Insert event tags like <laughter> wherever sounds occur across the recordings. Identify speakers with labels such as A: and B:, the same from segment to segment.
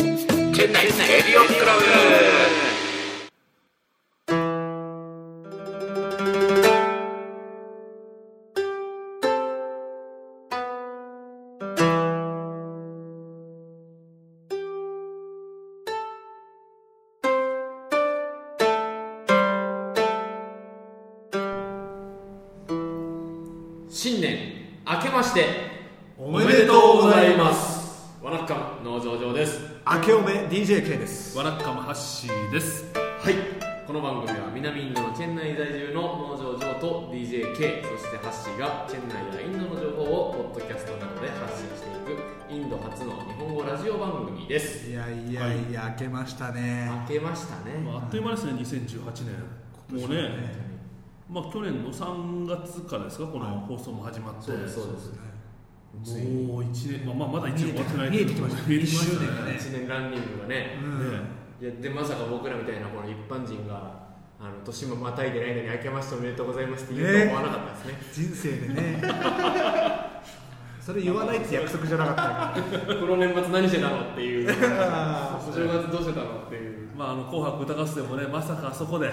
A: 店内エリオンクラブ新年明けまして
B: おめでとうございます
A: わなっか農場上です
B: 明けおめ DJK です
C: わらっかもハッシーです
A: はい、この番組は南インドのチェン内在住の農場嬢と DJK そしてハッシーがチェン内やインドの情報をポッドキャストなどで発信していくインド初の日本語ラジオ番組です
B: いやいやいや、明けましたね
A: 負けましたね、
C: まあ、あっという間ですね2018年もうね
B: ね
C: まあ去年の3月からですかこの放送も始まって、
A: そうですそうです
B: ついに
C: もう1年、まあ、まあまだ1年終わってない
B: 見えてきましたね
C: 見えてきました
B: 一周年
C: ね
B: がね
A: 1年ランニングがね
B: う、ん
A: いやでまさか僕らみたいなこの一般人があの年もまたいでないのに明けましておめでとうございますって言うとは思わなかったですね <laughs>
B: 人生でねそれ言わないって約束じゃなかったか
A: この年末何してたのって <laughs> いうお
B: あー
A: 正月どうしてたのっていう
C: まあ、あの紅白歌合戦もねまさかあそこで、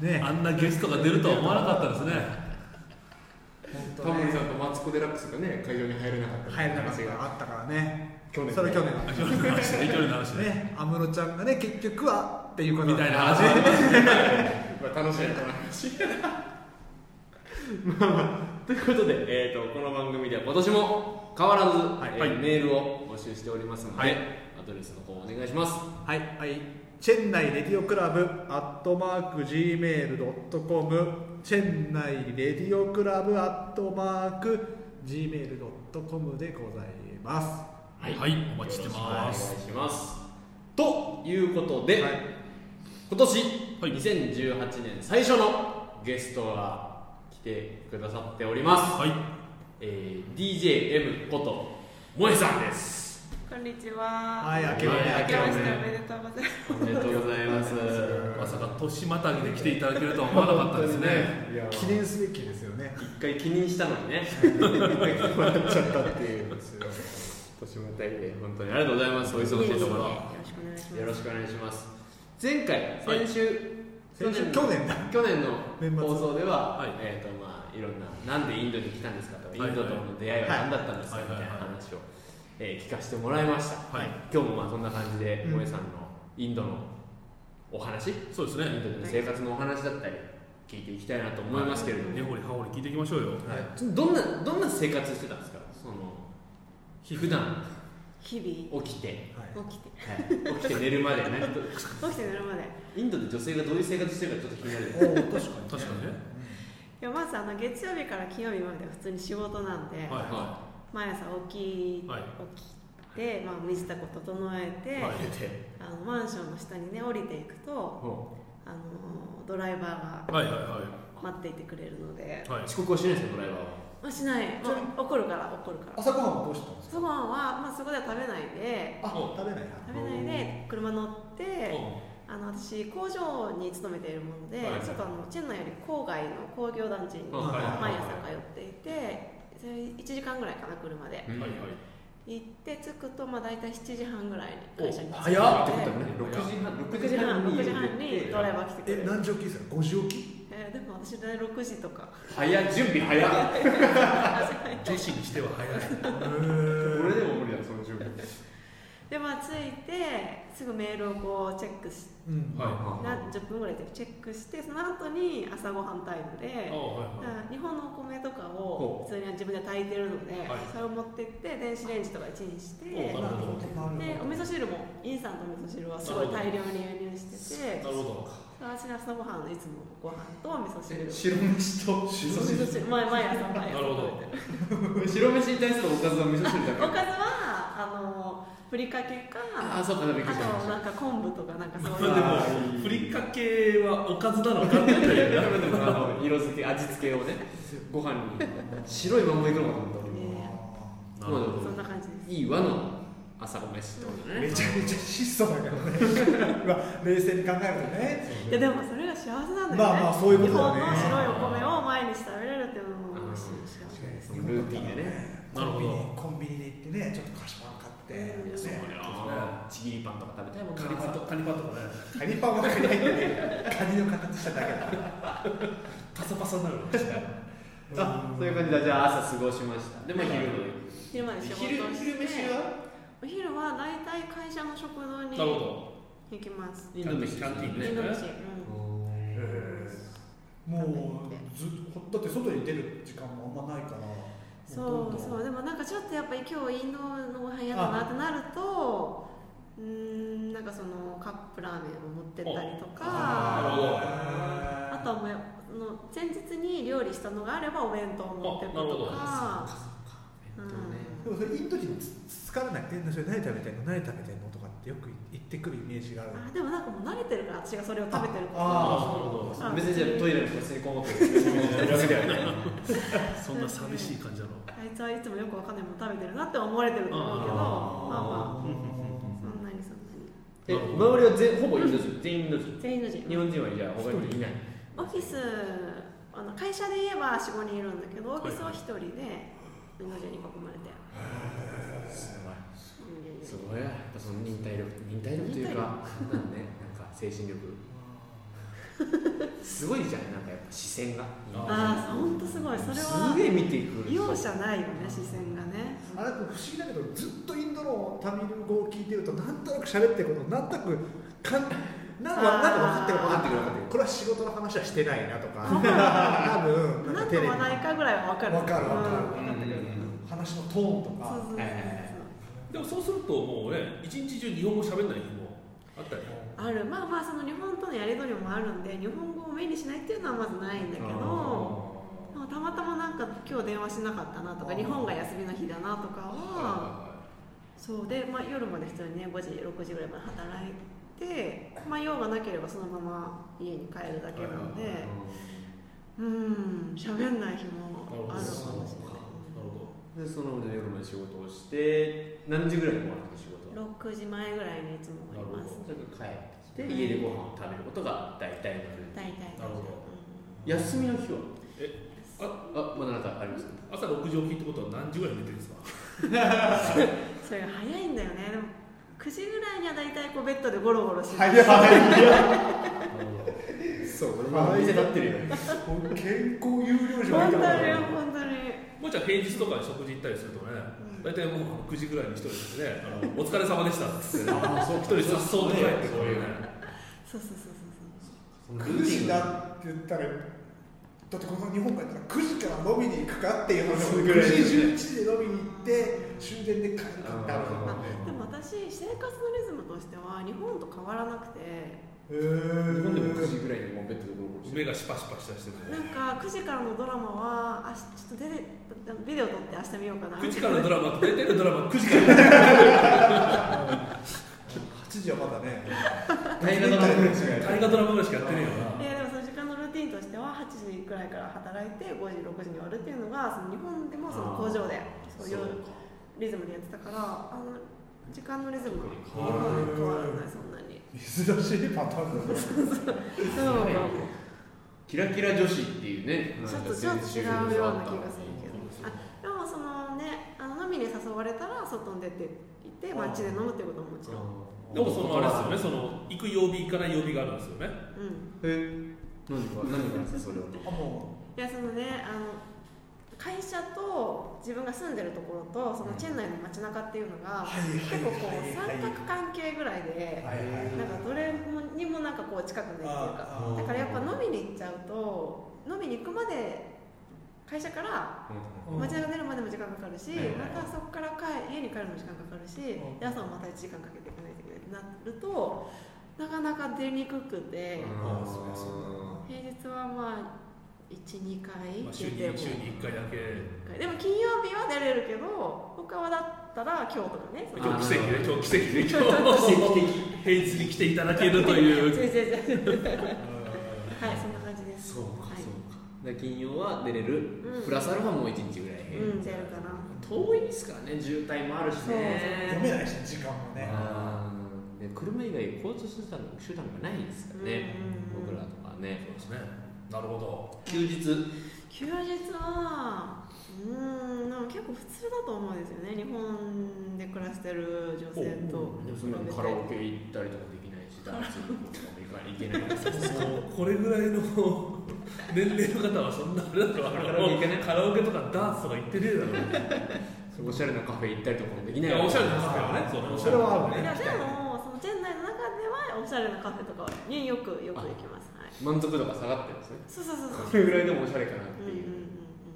B: ね
C: あんなゲストが出るとは思わなかったですね
A: タモリさんとマツコ・デラックスがね会場に入れなかった
B: ら
A: み
B: 入
A: たい
B: れなかっ
A: 話
B: た
A: が
B: があったからね
A: 去年
B: それ去年
C: あ去年の話ね去年の話ね
B: ね安室ちゃんがね結局はっていうこと
C: みたいな話もありますね
A: まあ、楽しいこの話 <laughs> まあまあということで、えー、とこの番組では今年も変わらず、えー
C: はい
A: メールを募集しておりますので、
C: はい
A: アドレスの方お願いします
B: はい、はい、チェンナイレディオクラブアットマーク Gmail.com チェンナイレディオクラブアットマーク Gmail.com でございます
A: はい
C: はいお待ちしてます
A: よろしくお願いしますということで、
B: はい
A: 今年、
C: はい
A: 2018年最初のゲストが来てくださっております、
C: はい
A: えー、DJM こと萌さんです
D: こんにちは。
B: はい明け
A: おめ
D: 明けま
A: 明
D: して
A: けおめ
D: おめでとうございます。
A: おめでとうございます <laughs>
C: まさか年またぎで来ていただけるとは思わなかったですね
A: いや
B: 記念すべきですよね
A: 一回記念したのにね一回来てもらっちゃったっていう年もたいで本当にありがとうございますお忙しいところ
D: よろしくお願いします。
A: よろしくお願いします前回
C: はい
A: 先週、
B: 先週
A: 去年去年
B: 年
A: の
B: 末
A: 放送では、
C: はい
A: えーとまあ、いろんななんでインドに来たんですかとか、
C: はい
A: インドとの出会いは何だったんですか
C: はい
A: みたいな
C: はいはい
A: 話を、えー聞かせてもらいました、
C: はい
A: 今日もまあそんな感じで
B: うん
A: 萌、えさんのインドのお話、
C: そうです
A: インド
C: ね
A: での生活のお話だったり聞いていきたいなと思いますけれども、
C: 根掘り葉掘り聞いていきましょうよ
A: どんなどんな生活してたんですかその普段
D: 日
A: 起きて、
D: 々起きて
A: はい、起きて寝るまで何と
D: 起きて寝るまで。い
A: インドで女性がどういう生活してるかちょっと気になる
B: おお確かに
C: 確かにね
D: やまずあの月曜日から金曜日までは普通に仕事なんで、
C: はい
A: は
D: 毎朝起き、
C: はい
D: 起きてまあ身支度整えて、
C: はい
A: い出て
D: あのマンションの下にね降りていくと
A: も
D: あのドライバーが
C: はいはいは
D: 待っていてくれるので、
C: いは
A: う
C: い
A: 遅刻をしないですよドライバーは
D: まあしない。ま
B: ちなみ
D: あ、怒るから怒るから。
B: 朝ごはんはどうしてたんです
D: ご飯はまあそこでは食べないで。
B: かあ食べないな
D: 食べないで車乗って、
C: う
D: あの私工場に勤めているもので、
A: はい
D: ちょっとあのチェンナイより郊外の工業団地に
A: あはい
B: はい
D: 毎朝通っていて、それ1時間ぐらいかな車で
A: うん
C: はいはい
D: 行って着くとまあ大体7時半ぐらいに会社に着くので
A: 早っってことはね6時半
D: 6時半6時半
A: 家出
D: に
A: て
D: ドライバー来てくれ
B: え
D: る
B: 何時起きですか5時起
D: えーでも私大体6時と
A: <laughs>
D: か
A: 早っ準備早っ
C: 女子にしては早い
B: き俺
A: 俺でも無理だその準備
D: でまあ着いてすぐメールをこうチェックし
B: うん
D: な10分ぐらいでチェックしてその後に朝ごはんタイム
C: あ
D: で
C: はいはい
D: あ日本のお米とか
A: ほう
D: を普通に自分で炊いてるので、
C: はい
D: それを持ってって電子レンジとかでチンして
C: ほうな
D: で
C: るほど
D: お味噌汁もインスタントの味噌汁はすごい大量に輸入してて
C: なるほ
D: 私の朝ごはんのいつもご飯とお味噌汁
A: 白
D: お
A: 飯と味
D: 味噌汁毎毎朝
C: なる
D: 毎朝
C: ほど
D: 食べてる
A: <laughs> 白飯に対するおかずは味噌汁だ
D: お
A: か
D: かず
A: ら
D: はあのふりかけか
A: ああ
D: あ
A: そうかびっくりした
D: となんか昆布とかなんかそうい
C: ど
D: うの
C: まあでもふりかけはおかずなのかっていう
A: やめてもらおう色付け味付けをねご飯に白いまんまいくのかと思った俺も
C: なるほど
D: そんな感じです
A: いい和の朝ご飯ってことだ
B: め
A: ね
B: ちゃめちゃ質素だけどねうわ冷静に考える
D: い
B: とね
D: やでもそれが幸せなんだよね、
B: まあまあそういうことだよね
D: 日本の白いお米を毎日食べれるっていうのも美味しい幸せです
A: ルーティンでね
C: なるほど
B: コンビニコンビニに行ってねちょっと菓子パン買っって、ね
D: うん、
C: そうや
A: あーちぎりパンとか食べたいもんな
C: カニパンとカニパンとかね
B: カニパンはカニ入ってねカニの形しただけだ
C: パサパサになるかもしれない
A: あそういう感じでじゃあ朝過ごしましたでも昼
D: 昼まで仕事を
A: 昼
D: して
A: 昼飯は
D: お昼は大体会社の食堂に
C: なるほど
D: 行きます
A: インド飯
C: キャンティーン
D: イ
C: ね
D: ンド飯、
B: へーもうずっとだって外に出る時間もあんまないから
D: う
B: ほ
D: ん、
B: と
D: そうん
B: ど
D: そうでもなんかちょっとやっぱり今日インドのご飯やだなってなるとうーんなんかそのカップラーメンを持ってったりと
C: なるほど
D: かあとはもうその前日に料理したのがあればお弁当を持ってったりとか
A: 弁当ね
B: でもそれインド人つ疲れないえなそれ何食べてんの何食べてんのとかってよく言ってくるイメージがある
D: あでもなんかもう慣れてるから私がそれを食べてること
B: あ
D: は
B: ー
D: そう
A: 別にじゃあトイレの個性こもってるわけではない
C: そんな寂しい感じだろ
D: あいつはいつもよくわかんないもの食べてるなって思われてると思うけ
C: あ
D: ど
C: ー
D: まあま
C: うんうん
D: あそんなにそんなに
A: え周りは全ほぼインド人全員インド人
D: 全員の人
A: 日本人はじゃあ他にいない
D: オフィスあの会社で言えば45人いるんだけどオフィスは1人でインド人に囲まれて、
A: す
D: うん
A: すごいやっぱその忍耐力忍耐力というかなんねなんか精神力すごいじゃんなんかやっぱ視線が
D: ああ本当すごいそれは
A: すげえ見てくる
D: 容赦ないよね視線がね
B: あれ不思議だけどずっとインドのタミル語を聞いてるとなんとなく喋ってることなんとなくかんなんかなんか分かってる分かってる分かってるこれは仕事の話はしてないなと <laughs> か多分なん
D: 何
B: かテレビ
D: の話題かぐらいは分かる
B: 分かる分かる
D: うん分かってくる
B: 話のトーンとか
D: そうそうそう
A: はい
D: そう
A: はいはい
C: でもそうするともうね一日中日本語喋んない日もあったり
D: あるまあまあその日本とのやり取りもあるんで日本語を目にしないっていうのはまずないんだけどでもたまたまなんか今日電話しなかったなとか
B: あー
D: 日本が休みの日だなとかは
A: あ
D: そうで、まあ、夜まで普通にね5時6時ぐらいまで働いて、まあ、用がなければそのまま家に帰るだけなので、うん喋んない日もあるかもし
C: なるほ
A: でその夜まで仕事をして何時ぐらいに終わるの仕
D: れ
A: 事
D: ない
A: は
D: 6時前ぐらいにいつも終わります
A: それから帰って家でご飯を食べることが大体のルール
D: 大体
C: なるほど
A: 休みの日は
C: え
A: ああまだなんかあります
C: ど朝6時起きってことは何時ぐらいに寝てるんですか
D: うんそれが早いんだよねでも9時ぐらいには大体こうベッドでゴロゴロして
B: 早い <laughs>
A: そう俺
B: も
A: も店立ってるよ
B: 健康有料者
D: 本
B: み
D: 当に
B: たいな
D: 本当に
C: もうじゃあ平日とかに食事行ったりするとね大体もう9時ぐらいに一人ですねあのお疲れ様でしたっつってね
B: あそう
C: 一人さっそうと帰ってこういうね
D: そうそうそうそう
B: 9時だって言ったらだってこの日本から9時から飲みに行くかっていう話
A: そう
B: を
A: ぐらい
B: 9
A: です
B: 時
A: ね
B: 11時で飲みに行って終電で帰るかってある
D: そう
A: あ
B: もんね
D: あでも私生活のリズムとしては日本と変わらなくて
B: へ
A: 日本でも9
B: ー
A: 時ぐらいにもうベッドでゴロゴロして
C: 目がシパシパしたしてる
D: なんか9時からのドラマはあしちょっと出てビデオ撮って明日見ようかな
C: 9時
D: みた
C: か
D: い
C: ら
D: な
C: のドラマって大体のドラマ9時から
B: 8時はまだね
A: 大河ドラマぐらいしかやらない
C: 大河ドラマぐらいしかやってねえよ
D: いやでもその時間のルーティンとしては8時くらいから働いて5時6時に終わるっていうのがその日本でもその工場でそういうリズムでやってたからあの時間のリズムは日本は変わらないそんなに
B: 珍しいパターンだね
D: そう
A: キラキラ女子っていうね
D: ちょっとちょっと違うような気がするけどでもそのねあの飲みに誘われたら外に出て行って街で飲むってことももちろん
C: なでもそのあれですよねその行く曜日行かない曜日があるんですよね
D: う
A: え
D: ん
A: 何か何がですそれは
B: あも
D: いやそのねあの会社と自分が住んでるところとそのチェン内の街中っていうの
B: うはい
D: が
B: はい
D: 結構こう
B: はい
D: 三角関係ぐらいで
B: はいはい
D: なんかどれにもなんかこう近くないっていうか
B: あーあー
D: だからやっぱ飲みに行っちゃうと飲みに行くまで会社から
B: うん
D: 街中出るまでも時間かかるし
A: はいはい
D: またそこから帰家に帰るのも時間かかるし
B: うん
D: で朝もまた1時間かけて行かないといけないってなるとなかなか出にくくて
B: あそりゃそう
D: 平日はまあ12回
C: まあ週
D: 出
C: に
D: ても
C: 週に1回だけ
D: でも金曜日は出れるけど他はだったら今日とかねその
C: 今
D: <laughs>
C: 日奇跡ね今日 <laughs> 奇跡ね今
A: 奇
C: 日
A: 跡的
C: 平日に来ていただけると <laughs> いう
D: 違う <laughs> 違う違う
B: だ
D: はいそんな感じです
A: そうか
D: はい
A: そうかで金曜は出れる
D: うん
A: プラスアルファもう一日ぐらい
D: うん出るかな
A: 遠いですからね渋滞もあるしね
B: 読めないし時間もね
A: あーで車以外交通手段手段がないんですからね
D: うんうんう
A: 僕
D: ん
A: らとかね
C: そうですねなるほど
A: 休日
D: 休日はうーんでも結結構普通だと思うんですよね日本で暮らしてる女性と
A: でもそんなにカラオケ行ったりとかできないしダンスとかも行け <laughs> ないです
C: そうこれぐらいの年齢の方はそんなあれだろ
A: カラオケ行けない
C: カラオケとかダンスとか行ってねえだろ
A: おしゃれなカフェ行ったりとかもでき
C: い
A: ない
C: やおしゃれです
A: す
C: からねそうおしゃ
E: そ
C: れ
E: れはある
D: い
E: ね
D: やでもそのチェン内の中ではおしゃれなカフェとかによくよく行きますはい
A: 満足度が下がってるんですね
D: そうそうそうそう
A: それぐらいでもおしゃれかなっ
D: うん
A: て
D: うんうん
A: いうう、
D: ん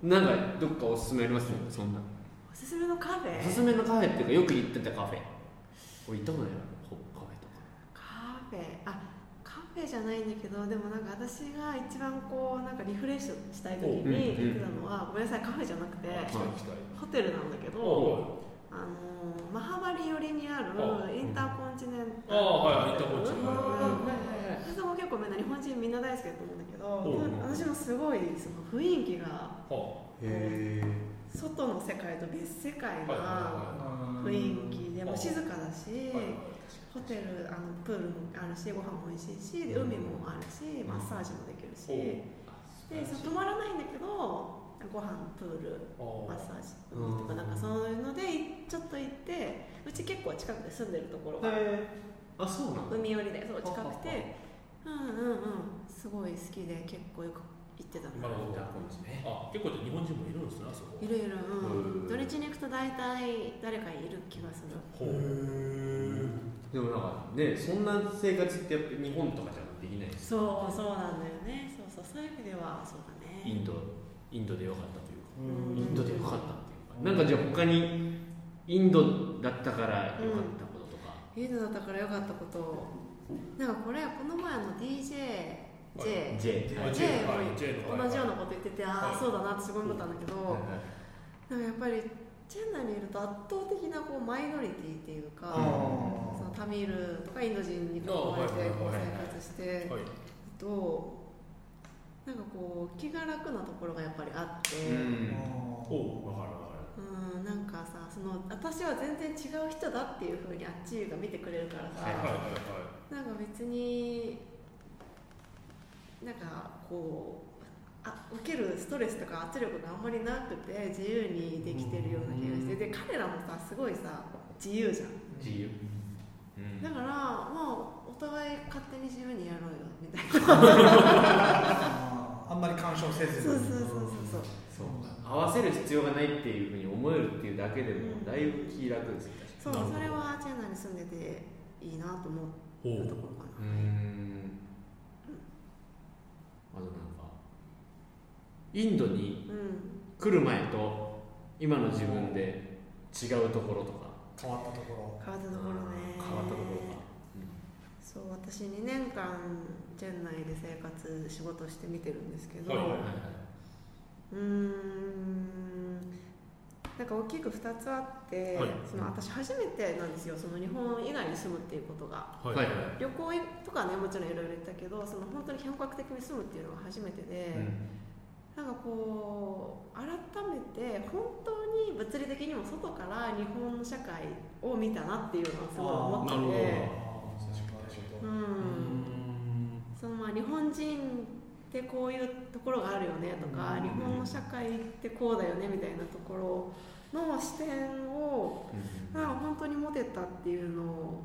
A: なんかどっかおすすめありますねそんな
D: おすすめのカフェ
A: おすすめのカフェっていうかよく行ってたカフェ俺行ったことないなほカフェとか
D: カフェあカフェじゃないんだけどでもなんか私が一番こうなんかリフレッシュしたい時
A: おうんうん
D: に行ってたのは、ごめんなさいカフェじゃなくて
C: 行きたい行きたい
D: ホテルなんだけ
C: お
D: ど
C: お
D: あのーマハバリ寄りにある
C: お
D: インターコンチネン
C: あ
D: タ
C: あ
D: ル
C: はい行ったこっち
D: うん
A: あ
D: そこ結構みんな日本人みんな大好きだと思うんだけ
C: おう
D: ど私もすごいその雰囲気が
C: は
E: へ
D: 外の世界と別世界
C: はいは
D: な雰囲気でもう静かだ
C: い
D: し
C: はいはい
D: ホテルあのプールもあるしご飯も美味しいしで
C: うん
D: 海もあるしマッサージもできるし
C: おう
D: でそう泊まらないんだけどご飯プール
C: あ
D: マッ
C: あ
D: サージ海とかなんかそういうのでちょっと行ってうち結構近くで住んでるところが
A: あそうなんだ
D: 海寄りでそう近く
A: は
D: てうんうんうんすごい好きで結構よく行ってた
C: なる
D: の
C: ほどあ結構じゃあ日本人もいるんですねあそこ
D: いるいるう
A: へー
D: ん土日に行くと大体誰かいる気がする
C: ほう
A: でもなんかねそんな生活ってやっぱ日本とかじゃできないです
D: そうそうなんだよねそうそうそういう意味ではそうだね
A: インドインドでよかったというか
D: うん
A: インドでよかったっていうかなんかじゃあ他にインドだったからよかったこととか、
D: インドだったから良かったことなんかこれこの前の DJJ、
A: J はい
C: あ J はい J の
D: も同じようなこと言ってて、あ
C: は
D: あ
C: い
D: そうだなってすごい思ったんだけど、
A: はい
D: なんかやっぱりチェンナイにいると圧倒的なこうマイノリティっていう
E: あ
D: か、その
E: ー
D: タミールとかインド人に囲まれ
C: あー
D: てこう
C: はいはいはいはい
D: 生活して
C: はい
D: となんかこう気が楽なところがやっぱりあって。
E: あ
C: おうわかるわかる
D: うんなんかさその私は全然違う人だっていう風にあっちが見てくれるから
A: は
D: さ、
A: い
C: はいはい
D: なんか別になんかこうあ受けるストレスとか圧力があんまりなくて自由にできてるような気がしてで彼らもさすごいさ自由じゃん
A: 自由、
D: だからまあお互い勝手に自由にやろうよみたいな
E: あーあんまり干渉せず
D: そうそう
E: に
D: そうそうそう
A: そうか合わせる必要がないっていうふうに思えるっていうだけで
D: う
A: も
D: ん
A: だいぶ気楽ですよ確か
D: そう
C: なるほど
D: それはチェンナイに住んでていいなと思っ
C: お
D: た
C: う
D: ところか
A: にうーんあとなんかインドに
D: なうん
A: 来る前と今の自分で違うところとか
E: 変わったとこ
D: 変わった
A: 変
D: ところね
A: わったところか、
D: そう私2年間チェンナイで生活仕事してみてるんですけど、
C: はいはいう
D: うーんなんか大きく2つあって、
C: はい
D: その私初めてなんですよその日本以外に住むっていうことが
C: はい
A: はいはい
D: 旅行とかねもちろんいろいろ行ったけどその本当に本格的に住むっていうのが初めてで、
A: うん
D: なんかこう改めて本当に物理的にも外から日本の社会を見たなっていうのはすごい思って
C: あーなる
D: て
E: ろあー
D: う
C: うんん
D: そのまあ日本人ってこういうところがあるよねとか、
E: うん
D: 日本の社会ってこうだよねみたいなところの視点を
A: うん
D: なんか本当に持てたっていうのを、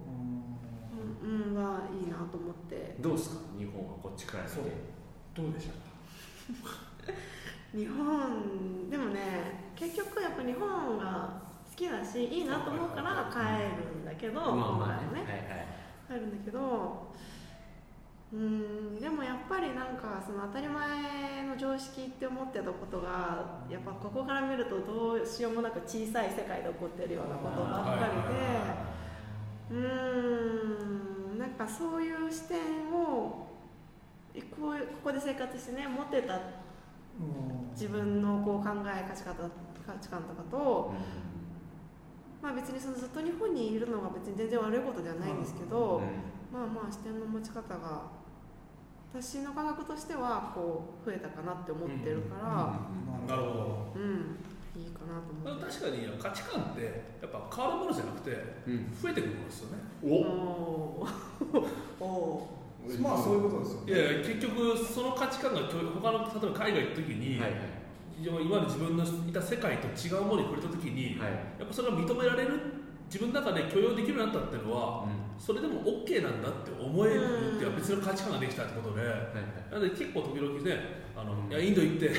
E: うん
D: うんうん、はいいなと思って
A: どうですか日本はこっちから見て
E: そうどうでしたか
D: 日本でもね結局やっぱ日本が好きだしいいなと思うから帰るんだけど、
A: まあま
D: 今
A: あ
D: 回
A: ね
D: はねあるんだけどうんでもやっぱりなんかその当たり前の常識って思ってたことがやっぱここから見るとどうしようもなく小さい世界で起こってるようなことばっかりでうんなんかそういう視点をえこういうここで生活してね持ってた
E: うん
D: 自分のこう考え価値観と価値観とかと、
A: はいはい
D: まあ、別にそのずっと日本にいるのが別に全然悪いことではないんですけ
A: う
D: ど。
A: ん
D: まあまあ視点の持ち方が私の感覚としてはこう増えたかなって思ってるから
C: なるほど
D: うん、いいかなと思って
C: 確かに価値観ってやっぱ変わるものじゃなくて
A: うん
C: 増えてくるものですよね
D: おーお
A: うん
E: まあそういうことですよ
C: いやいや結局その価値観が共有他の例えば海外行った時
A: はい
C: に、
A: はい
C: 非常に今の自分のいた世界と違うものに触れた時に、
A: はい
C: やっぱそれが認められる自分の中で許容できるようになったっていうのは
A: うん
C: それでも OK なんだって思えるっていうのは別の価値観ができたってことで、
A: はいはい
C: なので結構時々ねあの、
A: うん
C: いやインド行って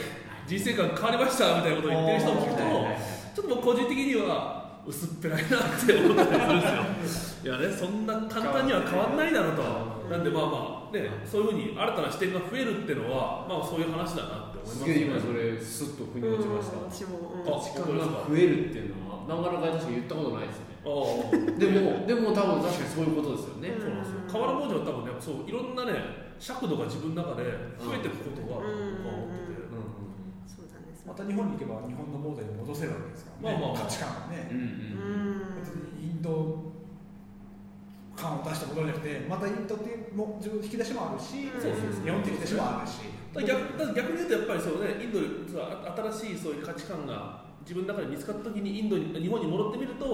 C: 人生観変わりましたみたいなことを言ってる人も聞くと、
A: はいはいはい
C: ちょっと僕個人的には薄っぺらいなって思ったりするんですよいやねそんな簡単には変わんないだろうとなんでまあまあねそういうふうに新たな視点が増えるっていうのはまあそういう話だなって思いますす
A: げえ
C: ね
A: 今それスッと腑に落ちました、
D: うん私も、うん
A: 価値観が増えるっていうのはなかなか確かに言ったことないですね
C: ああ
A: でもでも多分確かにそういうことですよね、
D: うん
C: そうなんですよ河原文字は多分ねそういろんなね尺度が自分の中で増えていくことが僕は思ってて、
D: そうなんです
B: また日本に行けば日本のモードに戻せるわけですから、ね
C: まあまあま
B: 価
C: あ
B: 値観がね、
A: うんうん
D: う
A: うん
B: 別
D: ん
B: にインド感を出したことによってまたインドっていうも自分の引き出しもあるし、
D: うん
C: そうそうそう
B: 日本っていう引き出しもあるし、
C: だから逆だから逆に言うとやっぱりそうねインドでそうあ新しいそういう価値観が自分の中で見つかった時にインドに日本に戻ってみると、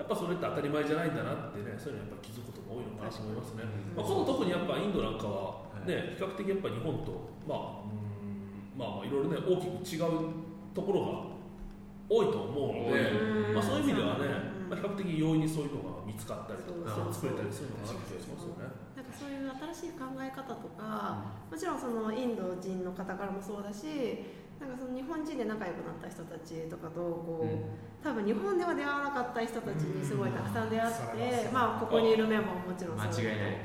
C: やっぱそれって当たり前じゃないんだなってねそういうのやっぱ気づくことも多いのかなと思いますね、まあ、この特にやっぱインドなんかはね、比較的やっぱ日本とまあうんまあまあいろいろね大きく違うところが多いと思うので、
D: うん
C: まあ、そういう意味ではね、
D: うん
C: まあ、比較的容易にそういうのが見つかったりと
D: そう
C: か
D: そう
C: 作れたりするのかなって気がしますよね。
D: なんかそういう新しい考え方とか、もちろんそのインド人の方からもそうだしなんかその日本人で仲良くなった人たちとかとこう、
A: うん
D: 多分日本では出会わなかった人たちにすごいたくさん出会っ
B: うんそう
D: て、
B: そう
D: まあ、ここにいる面ももちろん
A: 間違いない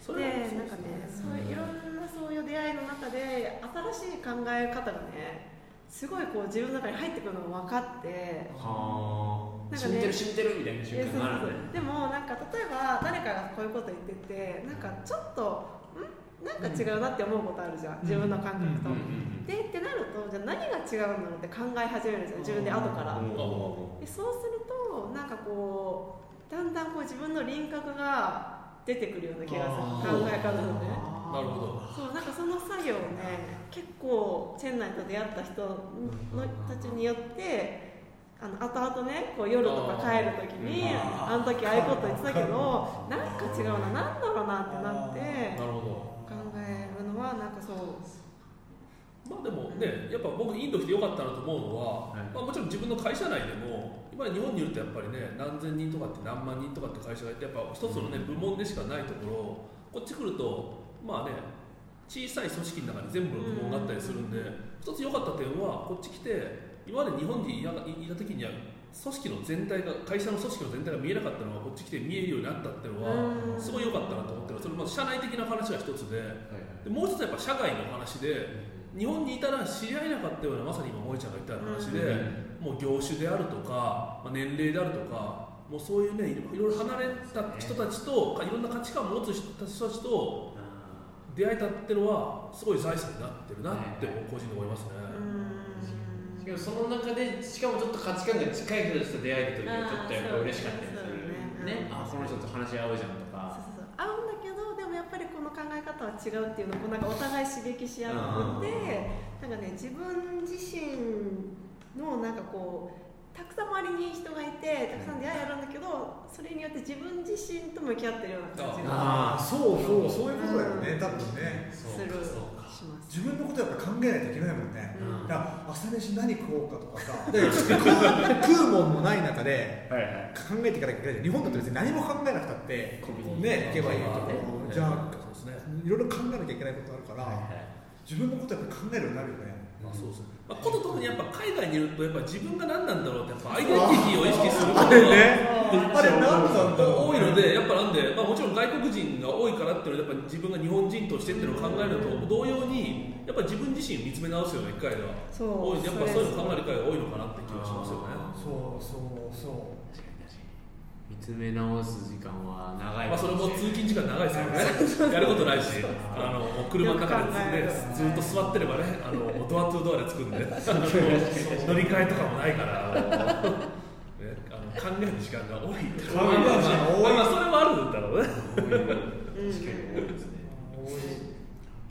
C: そ
D: で
C: れは
D: なんかねそういういろんなそういう出会いの中で新しい考え方がねすごいこう自分の中に入ってくるのが分かって
A: はあ
D: なん
A: 死
D: か
A: ん
D: ね
A: でる死んでるみたいな瞬
D: え
A: 間があ
D: そう
A: る
D: そう
A: ね
D: そうでもなんか例えば誰かがこういうこと言っててなんかちょっとんなんか違うなって思うことあるじゃん、自分の感覚と。
A: うんうん
D: でってなるとじゃあ何が違うんだろうって考え始めるんですよ自分で後から。
A: うんお
D: でそうするとなんかこうだんだんこう自分の輪郭が出てくるような気がする考え方のね。
C: なるほど。
D: そうなんかその作業ね結構チェンナイと出会った人のたちによってあの後々ねこう夜とか帰る時に
B: あー
D: あの時ああいうこと言ってたけどなんか違うななんだろうなってなって
C: なるほ
D: 考えるのはなんかそう
C: ど。まあでもね、やっぱ僕インド来てよかったなと思うのは、
A: はい
C: まあもちろん自分の会社内でも、今日本にいるとやっぱりね、何千人とかって何万人とかって会社がいて、やっぱ一つのね部門でしかないところ、こっち来るとまあね、小さい組織の中に全部の部門があったりするんで、一つ良かった点はこっち来て今まで日本にいながいいた時には組織の全体が会社の組織の全体が見えなかったのがこっち来て見えるようになったっていうのは。
D: うん
C: すごい良かったなと思ってるそれまあ社内的な話が一つで
A: ーはいはい
C: でもう一つやっぱ社外の話で日本にいたら知り合えなかったようなまさに今萌ちゃんが言ったような話で、もう業種であるとか、まあ、年齢であるとかもうそういうねいろいろ離れた人たちとかいろんな価値観を持つ人たちと出会えたってのはすごい財産になってるなって個人で思いますね。
A: しかもその中でしかもちょっと価値観が近い人たちと出会える時はちょっとやっぱ嬉しかったりす
D: あーそう
A: る
D: ね
A: ねあこの人と話し合うじゃんと
D: そう
A: か
D: そうそう合うんだけどでもやっぱりこの考え方は違うっていうのをこうなんかお互い刺激し合ってなんかね自分自身のなんかこうたくさん周りに人がいてたくさん出会いあるんだけどそれによって自分自身と向き合ってるような感じが
A: あ
E: そうそうそういうことだよね多分ね
A: ー
D: するします。
B: 自分のことやっぱ考えないといけないもんね、
D: うん
B: だから朝飯何食おうかとかさ
E: だから食う食うもんもない中で
A: はいはい
E: 考えていかなきゃいけないじゃん日本だと別に何も考えなくたって
A: コンビニ
E: ね行けばいいとこ
A: うん
E: じゃあ
C: そうですね。
E: いろいろ考えなきゃいけないことあるから、自分のことやっぱ考えるようになるよね
C: まあそうですね。まあ、こと特にやっぱ海外にいるとやっぱ自分が何なんだろうってやっぱアイデンティティを意識すること
E: あ
C: が
E: れねあれ何なんだろう
C: 多いのでやっぱなんで、まあ、もちろん外国人が多いからっていうのはやっぱ自分が日本人としてっていうのを考えるのと同様にやっぱ自分自身見つめ直すような機会が
D: そう
C: 多いんでやっぱそういうの考え
D: れ
C: る機会が多いのかなって気がしますよね。
B: そうそうそう
A: 確かに確かに見つめ直す時間は長い
C: まあ、それも通勤時間長いですよね、やることないし、あのもう車の中で、ね、ずっと座ってればね、あのもうドアトゥドアで着くんで、乗り換えとかもないから、あのね、あの考える時間が多い
E: 考える時間多い
C: まあまあ、それもあるんだろうね。
A: 確かに多いですね
B: 多い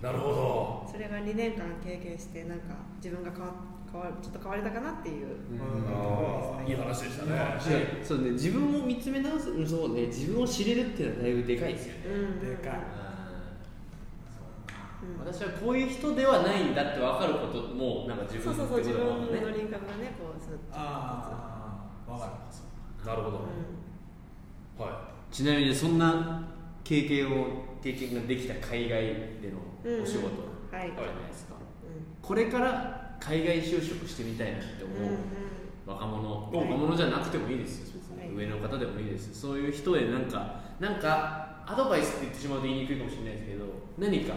C: なるほど
D: それが2年間経験してなんか自分が変わ変わるちょっと変われたかなってい
B: う
D: う。
B: ん
C: いい話でしたね。
F: そうね、自分を見つめ直す、うんそうね、自分を知れるっていうのはだいぶでかいですよね。
D: うん
B: でかい
A: あーそうか
D: うん
A: 私はこういう人ではないんだって分かることもなんか自
D: そ
A: 分
D: うそうそう
A: って
D: 自
A: こ
D: 分
A: とだ
D: の
A: もんね
D: 輪郭がねこうずっと
B: ああわかる
C: なるほど、
D: うん
C: は
A: ちなみにそんな経験を経験ができた海外でのお仕事じゃ
D: はい、
A: ないですか、
D: う
A: これから海外就職してみたいなって思
D: ん
A: う、
D: うんうん
A: 若者
D: はい
A: 若者じゃなくてもいいですよ、別に
D: は
A: 上の方でもいいですそういう人へなんかなんかアドバイスって言ってしまうと言いにくいかもしれないですけど何か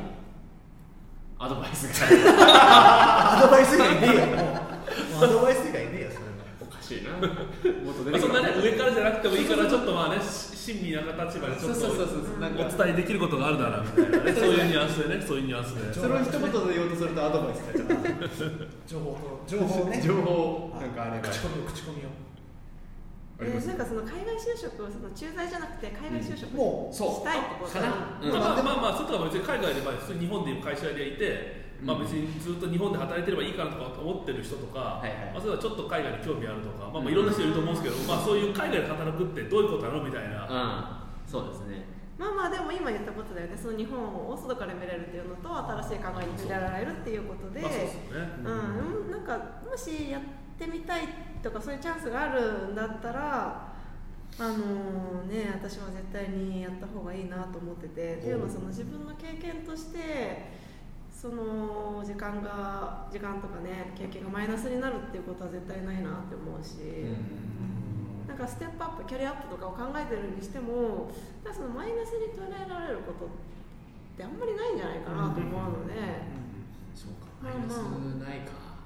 A: アドバイスが
F: <laughs>
E: アドバイス以外ねえよもうアドバイス以外ねえよそれは
A: おかしいなもっと出
C: い、まあ、
A: て
C: そ
A: こ
C: んなね
A: い
C: 上からじゃなくてもいいからちょっとまあねし親身な立場でち
A: そ
C: ょ
A: う
C: っ
A: そうそう
C: と
A: そうなんか
C: お伝えできることがあるな
A: <laughs>
C: らみたいなねそういうニュアンスでねそういうニュアンスで
E: それを一言で言おうとするとアドバイスになっちゃうか
F: <laughs>
E: ら
B: 情報と情報をね
A: 情報なんかあれば
B: 口コミを口コミを
A: あります
D: でなんかその海外就職をその駐在じゃなくて海外就職
B: うんもう
A: そう
D: したいってこと
A: かな、うん、
C: まあまあまあ、外は別に海外でまあ普通に日本で会社でいて、
A: うん
C: まあ別にずっと日本で働いてればいいかなとか思ってる人と
A: は
C: か、
A: いはい
C: まあそれはちょっと海外に興味あるとか、まあ
A: うん
C: まあいろんな人いると思うんですけど、まあそういう海外で働くってどういうことなのみたいな。
A: うん、そうですね。
D: まあまあでも今言ったことだよねその日本を外から見れるっていうのと新しい考えに触れられるっていうことで、
C: まあそうですよね。
D: うん、なんかもしやってみたいとかそういうチャンスがあるんだったらあのね私は絶対にやった方がいいなと思っててっていうのはその自分の経験としてその時間が時間とかね経験がマイナスになるっていうことは絶対ないなって思うし。なんかステップアップキャリアアップとかを考えてるにしてもなんかそのマイナスに捉えられることってあんまりないんじゃないかなと思うので、
A: そうか、
D: ま
A: マ
D: あ
A: イ
D: まあ
A: ナスないか。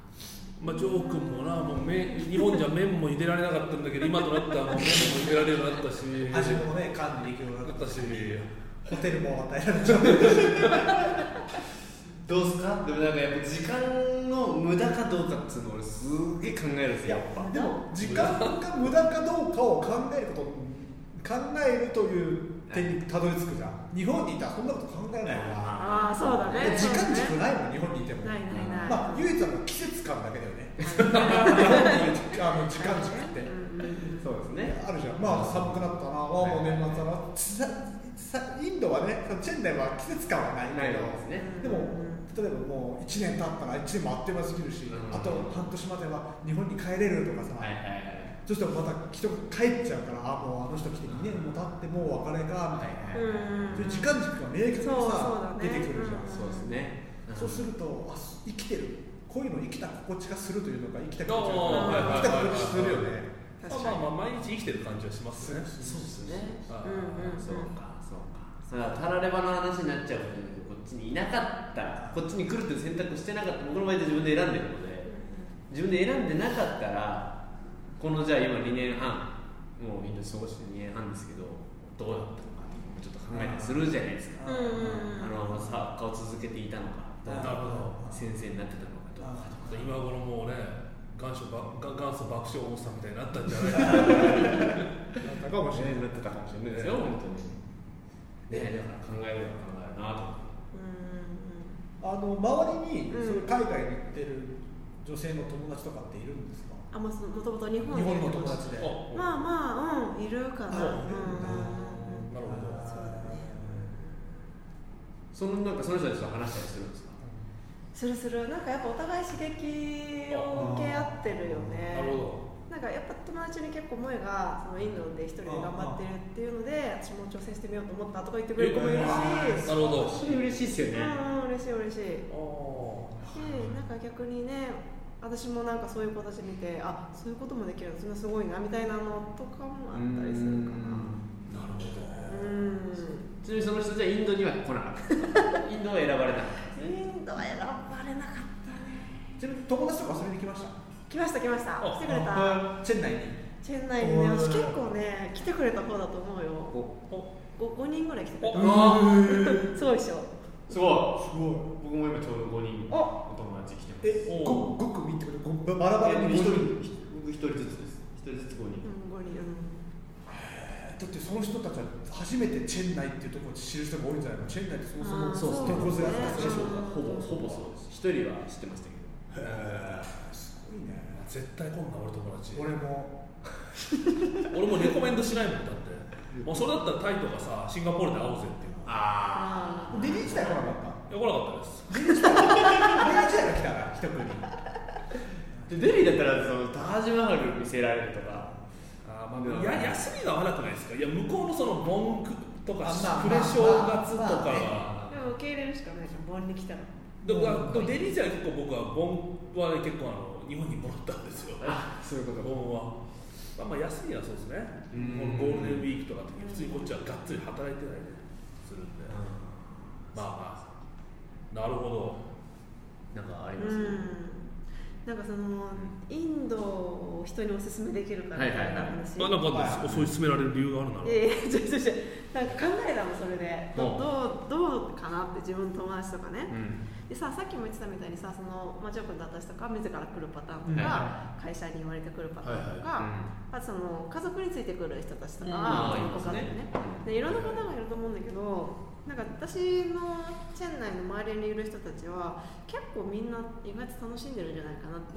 C: まあジョー君もな、もう麺日本じゃ麺も茹でられなかったんだけど、今となったらもう麺も茹でられるように
A: <laughs>
C: なったし、
B: 味もね管理できるように
C: な
B: な
C: っ
B: った
C: し、
B: たホテルも与えられちゃう
F: どうすかでもなんかやっぱ時間の無駄かどうかっつうの俺すっげえ考えるんですよやっぱ
B: でも時間が無駄かどうかを考えること考えるという点にたどり着くじゃん日本にいたらそんなこと考えないか
D: ああそうだ
B: ら
D: ね
B: 時間
D: そう
B: 軸
D: だね
B: ないもん日本にいても
D: ないないない、
B: まあ唯一はもう季節感だけだよね日本にいる時あの時間軸って
D: うんうん
F: そうですね
B: あるじゃんまあ寒くなったな、あもう年末だなささインドはねチェンダイは季節感はない
F: ない
B: けど
F: ですね
B: でも例えばもう1年経ったら1年もあっという間すぎるし、
A: うん
B: あと半年までは日本に帰れるとかさ、
A: はいはいはい。
B: そしたらまた人が帰っちゃうからあもうあの人来て2年も経ってもうお別れかみたいな、
A: はい
D: う
B: そういう
D: ん
B: 時間軸が明確にさ
D: そうそうだね
A: そうですね。
B: 出てくるじゃん、
D: うん
B: そうするとあ生きてるこういうの生きた心地がするというのか生きた心地
C: あ
D: ーはい
B: が
C: はいはいはい
B: 生きた心地するよね
D: 確
C: まあまあまあ
D: か
C: 毎日生きてる感じはしますね。
A: そうですね。
C: は
D: にうんうんうん
A: そうかそうか。さあタラレバの話になっちゃうけどこっちにいなかったらこっちに来るっていう選択してなかった僕の場合で自分で選んでるので自分で選んでなかったらこのじゃあ今2年半もうインドで過ごして2年半ですけどどうだったのかってちょっと考えたりするじゃないですか。
D: うんうん
A: あ
D: う
A: の
D: ん
A: サッカーを続けていたのかと
B: な
A: か
C: なるほど
A: 先生になってたのかとか
B: あー
C: 今頃もうね、元祖ば元祖爆笑王さんみたいになったんじゃないか
B: なったかもしれな
A: な
B: い
A: ってたかもしれないですよ、本当に。ね、だから考えるのは考えるなと思って。
D: うん
B: あの周りに
D: うん
B: そういう海外に行ってる女性の友達とかっているんですか、
D: あまあそのもともと日
B: 日
D: 本にい
B: 本の
D: る
B: 友達で
C: あ
D: まあまあうんいるかな
B: あ
D: うんうんうんうん
C: なるほど
D: そうだね
A: そのなんかその人たちと話したりするんですか。
D: するするなんかやっぱお互い刺激を受け合ってるよね
C: なるほど
D: なんかやっぱ友達に結構萌えがそのインドで一人で頑張ってるっていうので私も挑戦してみようと思ったとか言ってくれる子もいるし、
C: なるほど
A: それ嬉しいですよね。
D: うんうん嬉しい嬉しいし
C: あ
D: なんか逆にね私もなんかそういう子たち見てあそういうこともできるのそんなすごいなみたいなのとかもあったりするか
C: なるほ
D: なうん
A: ちなみにその人たちはインドには来なか <laughs> った。インドは選ばれなかっ
D: インドは選ばれなかったね
B: ちなみに友達とか遊びに来ました
D: 来ました来ました
C: あ
D: 来てくれた
B: あチェン内に
D: チェン内にね私結構ね来てくれた方だと思う
A: た。
D: よ
A: お、
D: ご5人ぐらい来てくれ
C: お
D: た
A: あ
D: すごいでしょ
A: すごい。
B: すごい
A: 僕も今ちょうど五人お
D: お
A: 友達来てます。
B: え
C: お
B: ご
C: う
B: ご組ってことごバラバラに一人だ
A: 僕一人ずつです。一人ずつ五
D: う
A: 人。
D: ん5人うん
B: ってその人たちは初めてチェン内っていうところを知る人が多いんじゃないのチェン内ってそもそも
D: あーそう
B: どこずら
D: そうですね
A: ほぼほぼそうです。一人は知ってましたけど。
B: へえすごいね
C: ど絶対こんな俺友達
B: 俺も
C: 俺もレコメンドしないもんだってもうそれだったらタイとかさシンガポールで会おうぜっていう
A: あ
D: あ
B: リリー自体来なかっ
C: いや来なかったです
B: 俺が時代が来たら一組
F: でデリーだったらそのタージマハル見せられるとか
C: あー、まあ、や休みが合わなくないですかいや向こうのその盆句とか
B: あまあ
C: 暮れ正月と
B: ま
C: か
B: あまあ
C: は
D: でも受け入れるしかないじゃん盆に来たら
C: でもあでもデリーじゃ結構僕は盆はね結構あの日本にもらったんですよ
F: そういうこ
C: 盆はまあまあ休みはそうですね
F: うん
C: このゴールデンウィークとかの時普通にこっちはがっつり働いてないででするんでまあまあなるほど
A: なんかありま
D: う
A: す、
D: んなんかそのインドを人におすすめできるから
A: はいはいはい
D: 話
C: まあなんか
B: は
C: そういう勧められる理由があるなら
D: いやいやちょちょちょなんか考えたもんそれでど
A: うん
D: どうどうかなって自分の友達とかね、
A: うん
D: でささっきも言ってたみたいにさその、まあ、ジョー君と私とか自ら来るパターンとか、
A: はい
D: 会社に言われてくるパターンと
A: は
D: か、
A: いはい
D: あとその家族についてくる人たちとか、
A: まあ
D: 全
A: いま
D: 国
A: す
D: ある
A: ね
D: よねでいろんな方がいると思うんだけどなんか私のチェン内の周りにいる人たちは結構みんな意外と楽しんでるんじゃないかなって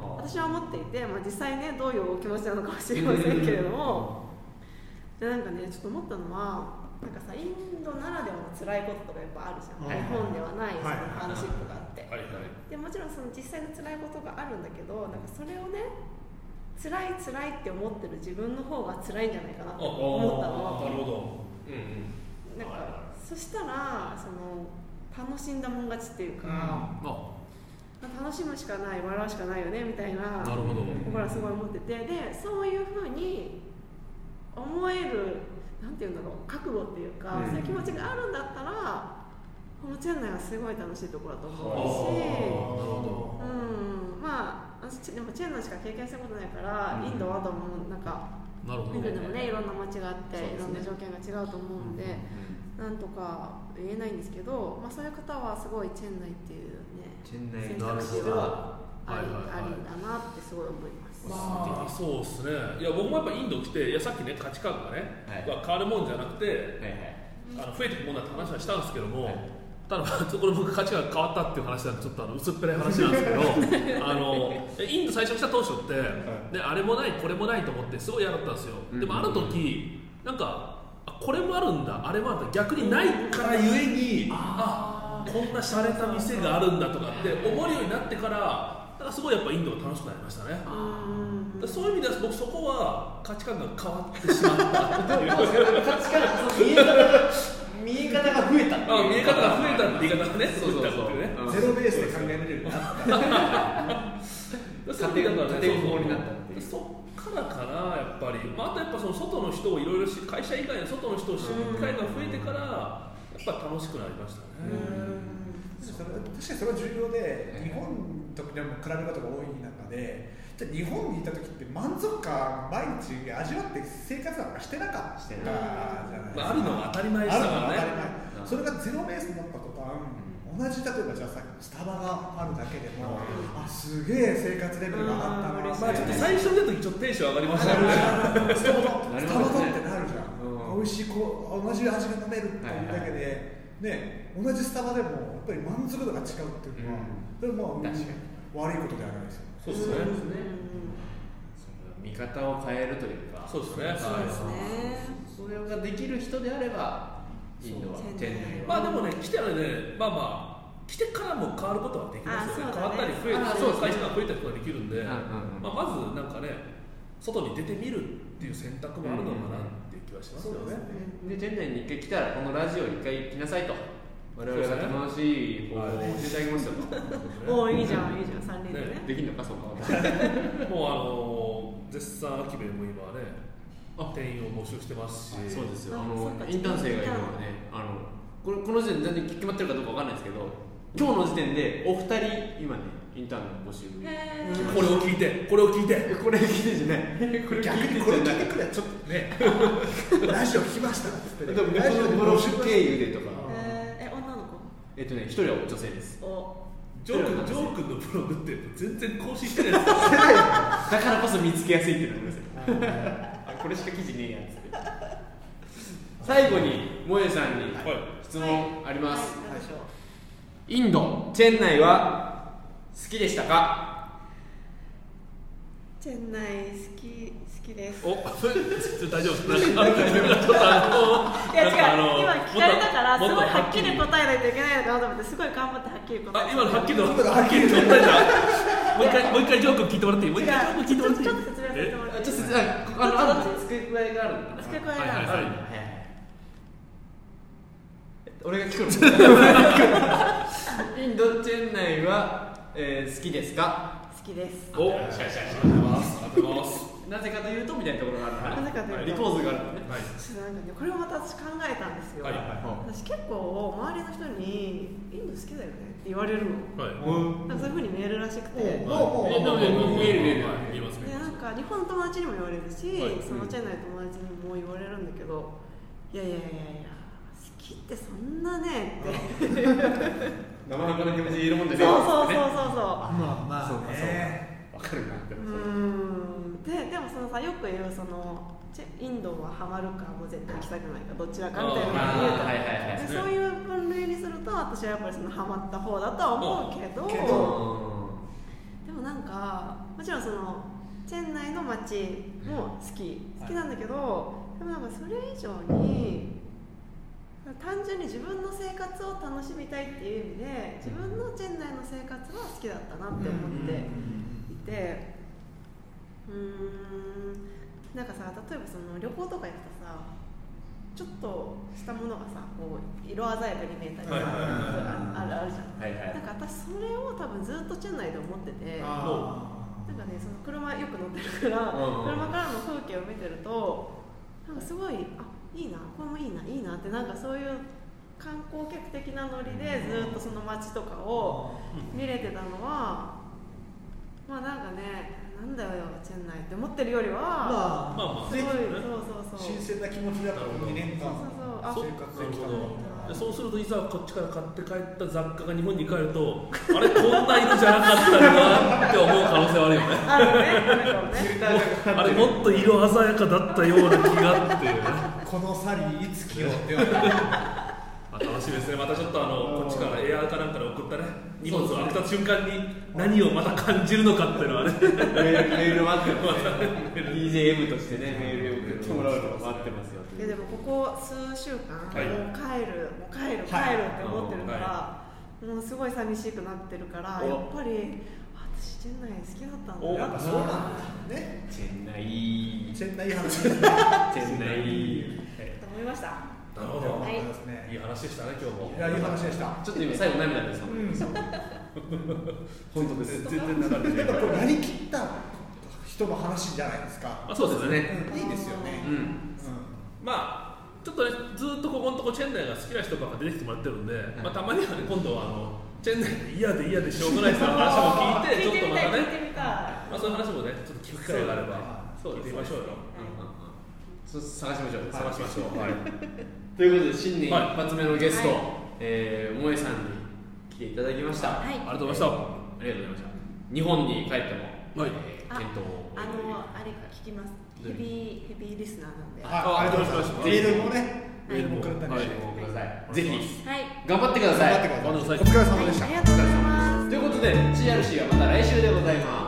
D: 私は思っていて、まあ、実際ねどういうお気持ちなのかもしれませんけれどもでなんかねちょっと思ったのはなんかさインドならではの辛いこととかやっぱあるじゃん、
E: はい
D: 日本ではないその
E: はい
D: ハードシップがあって、
C: はいはい
D: でもちろんその実際の辛いことがあるんだけどなんかそれをね辛い辛いって思ってる自分の方が辛いんじゃないかなって思った
C: あなる
D: の
C: ほ
F: う
C: ど
F: んうん
D: なんかそしたらその楽しんだもん勝ちっていうか、
C: あ
D: 楽しむしかない笑うしかないよねみたい
C: な
D: な
C: るほど
D: 僕らすごい思っててでそういうふうに思えるなんていうんだろう覚悟っていうか、
A: うん
D: そういう気持ちがあるんだったらこのチェン内はすごい楽しいところだと
C: あなる
D: 思う
C: ほ
D: し。うんまあ私でもチェン内しか経験したことないから、インドはともなんか
C: どなるほ
D: イン
C: ど
D: ドでもねいろんな街があって、
A: そうで
D: いろ
A: す
D: ん
A: ね
D: な条件が違うと思うんで、なんとか言えないんですけど、まあ、そういう方はすごいチェン内っていうね
A: チェン内
D: 選
A: の
D: 択肢はあり,、
C: はいはいはい
D: ありだなってすごい思います。
C: まあそうですねいや僕もやっぱインド来ていやさっきね価値観がね、
A: はい
C: は変わるもんじゃなくて
A: はいはい
C: あの増えていくもんだって話はしたんですけども、
A: はい
C: ただまあこれ僕価値観が変わったっていう話なんでちょっとあの薄っぺらい話なんですけ <laughs> どあのインド最初来た当初って、ね、あれもないこれもないと思ってすごい嫌だったんですよ、
A: うん
C: でもある時なんかあこれもあるんだあれもあるんだ逆にないからゆえにあこんな洒落た店があるんだとかって思えるようになってからだからすごいやっぱインドが楽しくなりましたね
D: うん
C: そういう意味では僕そこは価値観が変わってしまった
F: でもそれ価値観その見え方が見え方が増えたっていう
C: あ見え方が増えたって言い方がね
A: そうそう
C: いった
A: そ
C: こ
A: う
C: とでね
A: うん
B: ゼロベースで考えられるようになった
C: そういう意味ではね
A: 縦棒になったっていう
C: そうそうそっからかなやっぱり、まあ、あとやっぱその外の人をいろいろし会社以外の外の人を知る機会が増えてからやっぱ楽しくなりました
D: う
C: ね、
D: ん
B: それ確かにそれは重要で日本と比べる方が多い中でじゃあ日本にいた時って満足感毎日味わって生活なんかしてなかった
A: して
B: じ
A: な
B: ゃ
A: い
B: ないですか、
C: まあ、あるのは当たり前で
B: あ
C: し
B: る
C: た
B: の
C: か
B: は当
C: ら
B: た
C: ね
B: り前それがゼロベースになった途端、同じ例えばじゃあさっきのスタバがあるだけでも、あすげえ生活レベルが上がったな、
D: う
B: ま
D: ん
C: ま
B: あちょっ
C: あ、ちょ
B: と
C: っと
B: 最
C: 最初見た時ちょっとテンション上がりましたよね
B: スタバだ
A: なり
B: スタ
A: ます
B: バ
A: ね
B: だってなるじゃん、
A: うん
B: 美味しいこう同じ味が飲めるっていうだけで、ね同じスタバでもやっぱり満足度が違うっていうのは、それも
A: 確か
B: 悪いことではないですよ
C: そうですね
A: 見方を変えるというか
C: そうですね
A: はい
D: そうですね
A: それができる人であればインドは
D: そう
A: チェン内は
C: まあでもね来てらねまあまあ来てからも変わることはできますよね
D: あ
C: 変
D: そうだ
C: わ
D: ね
C: ったり増えた
D: あ
C: り
D: そう
C: そう
D: ですね
C: 回数が増えたりとかできるんで、
A: うんうんうん
C: まあ、まずなんかね外に出てみるっていう選択もあるのかなっていう気はしますよね、
A: でチェン内に一回来たらこのラジオ一回来なさいと我々が楽しい方法を教えてあげますよ
D: おおいいじゃんいいじゃん三人でね
C: ね
A: とできるのかそうか
C: もうあのー絶賛アキベも今ね店員を募集してますし
A: そうですよ
D: あ
A: あ
D: そ
A: の
D: っか
A: インターン生がいるのはねあのこれこの時点で全然決まってるかどうかわかんないですけど今日の時点でお二人今ねインターンの募集
D: へ
C: こ
D: ー
C: れを聞いてこれを聞いて
A: えこれ聞いてんじゃないこれ
B: 逆
A: 聞いて
B: に
A: ん
B: これ
A: じゃ
B: 聞
A: ないい
B: てくればちょっとねラジオ聞きましたって
A: でもね
B: ラジオで
A: ブログ経由でとか
D: えーえ女の
A: えっとね一人は女性です
D: 子お
C: ジョー君ジョー君のブログって全然更新してないですか
A: だからこそ見つけやすいってなりますよあ <laughs> これしか記事ねえやつって最後に萌えさんに
C: はい
A: 質問あります、
D: はいなんでしょう
A: インドチェン内は好きでしたか
D: チチェンナイ好き好きです
C: <laughs> おそれそれ大丈 <laughs> 夫ですなんかちょっとあの
D: いや違
C: なん
D: う、
C: かあの
D: 今聞かれたからす
C: もっと
D: ごいはっき
C: も
D: り
C: と
D: 答えないといけないのかなと思ってすごい頑張ってはっきり答
C: あ
D: え
C: 今のはっきりと
B: 今のはっきりと
C: はっきりと答えたもう一回もう一回ジョーク聞いてもらっていいもう一回ジョーク聞いて
D: 違うち
C: も
D: ょ
C: らっ
D: っと
C: てい
D: ち
C: い
D: ょっと説明させてもらっ
F: あちょっとあこあのあんの付
D: て付
F: け加えがあるのかなはい
C: はいはいはい
D: け加えなんで
F: はい俺が聞く
A: <laughs>
F: のインドチェン内は、えー好きですか
D: す好きです
C: おありがとうございますありがとうございます
F: なぜかというとみたいなところがある
D: なぜかというと
F: リポーズがあるのね
C: はい
D: ちょっとなんかねこれもまた私考えたんですよ、
C: はい
D: 私結構周りの人に「インド好きだよね」って言われるの
C: はい
D: なんかそういうふうにメールらしくて、
B: おう
D: で
B: おうおう
F: でもね見える見える
C: はい見えます見えま
D: な
C: す
D: んか日本の友達にも言われるし、
C: はい
D: そのチェンナイの友達にも言われるんだけど「いやいやいやいや好きってそんなね」
C: <laughs>
D: って
A: 生半可な気持ちで言えるもん
D: そう
A: で
D: そ
A: ね
D: うそうそうそう
E: まあまあ
B: そうかね
A: わかるなで
D: う
A: もそう
D: ーんででもそのさよく言うそのチェインドはハマるかもう絶対行きたくないかどちらかみたいなの言
F: あ
D: うと
F: ーはいはいはい
D: でそういう分類にすると私はやっぱりそのハマった方だとは思うけど
B: けど
D: でもなんかもちろんそのチェン内の街も好き好きなんだけど、でもなんかそれ以上に単純に自分の生活を楽しみたいっていう意味で自分のチェン内の生活は好きだったなって思って。いてうーんなんかさ例えばその旅行とか行くとさちょっとしたものがさこう色鮮やかに見えたりさ、
C: はいはいはいはい
D: ああるあるじゃん、
F: はいはい
D: なんか私それを多分ずっとチェン内で思っててなんか
B: あー
D: ねその車よく乗ってるから、
A: うんうん
D: 車からの風景を見てるとなんかすごいあいいなこれもいいないいなってなんかそういう観光客的なノリでずっとその街とかを見れてたのはまあなんかねなんだよチェン内って思ってるよりは、
B: まあ
C: まあまあ
D: すごいそう
C: ね
D: そうそう
B: 新鮮な気持ちだった2年間
D: あ
B: 生活できた
C: なるほ
B: の
C: どそうするといざこっちから買って帰った雑貨が日本に帰るとあれこんな色じゃなかったなって思う可能性はあるよ <laughs> ね
D: あるねあるかも
C: あ
D: ね
C: れもっと色鮮やかだったような気が <laughs> っていうね
B: このサリーいつ着ようって言
C: あ楽しみですねまたちょっとあのこっちからエアーかなんかで送ったね荷物を開けた瞬間に何をまた感じるのかっていうのはね
A: メールメール待ってますね DJM としてねメールを送ってもらうのを待ってますよ
D: いやでもここ数週間、
C: はい
D: もう帰るもう帰る帰
B: はい
D: るって思ってるから、
C: は
D: もうすごい寂しくなってるから
A: お
D: やっぱり私チェン内好きだったんだ
C: お
D: な
B: やっぱそうなんだね
A: チェンナイ
B: チェンナイ話
A: チェンナイ
D: と思いました
C: なるほ
B: そう
C: ど
B: ですね
C: いい話でしたね今日も
B: いやいい話でした
A: ちょっと今最後涙出てたもん
B: うん
A: 本当です
C: 全然流れて
B: なん
C: る
B: かこうやりきった人の話じゃないですか、
C: あそうですね
B: うん、いいですよね
A: う、ん
B: う
C: まあちょっとねずーっとここのとこチェンナイが好きな人ばっか出てきてもらってるんで、まあ、たまにはね今度はあのチェンナイで嫌で嫌でしょうがない人の話も聞いてち
D: 聞
C: ょ
D: い
C: ってと
D: み
C: ま
D: たい
C: た
D: 聞い
C: ね、
D: てみたい、は
C: まあ、そういう話もねちょっと聞く機会があれば
B: そ
C: そう聞いてみましょうよ
A: そう探しましょう
C: 探しましょうはい
A: ということで新年一
C: はい
A: 発目のゲスト、
D: はい
A: えー、萌えさんに来ていただきました、
D: い
C: ありがとうございましたは
A: ありがとうございました日本に帰っても、
C: はい
A: えー検討を
D: あのあれ聞きますヘビーヘビーリスナーなんで
B: ん
D: は
B: はい、ありがとうございます
A: ぜ
B: メ
A: ひ
B: ールもねメ
D: はい
B: ールもくれたりして、
C: は
A: ご覧ください
C: ぜ
A: ぜ
C: ひ
A: ひ
D: い
A: 頑張ってくだ
B: 頑
A: さ
B: 張
A: い
B: ってください
C: ありがとうござい
B: お疲れ様
C: ま
D: はい
B: でした
D: ありがとうございます
A: ということで CRC はまた来週でございます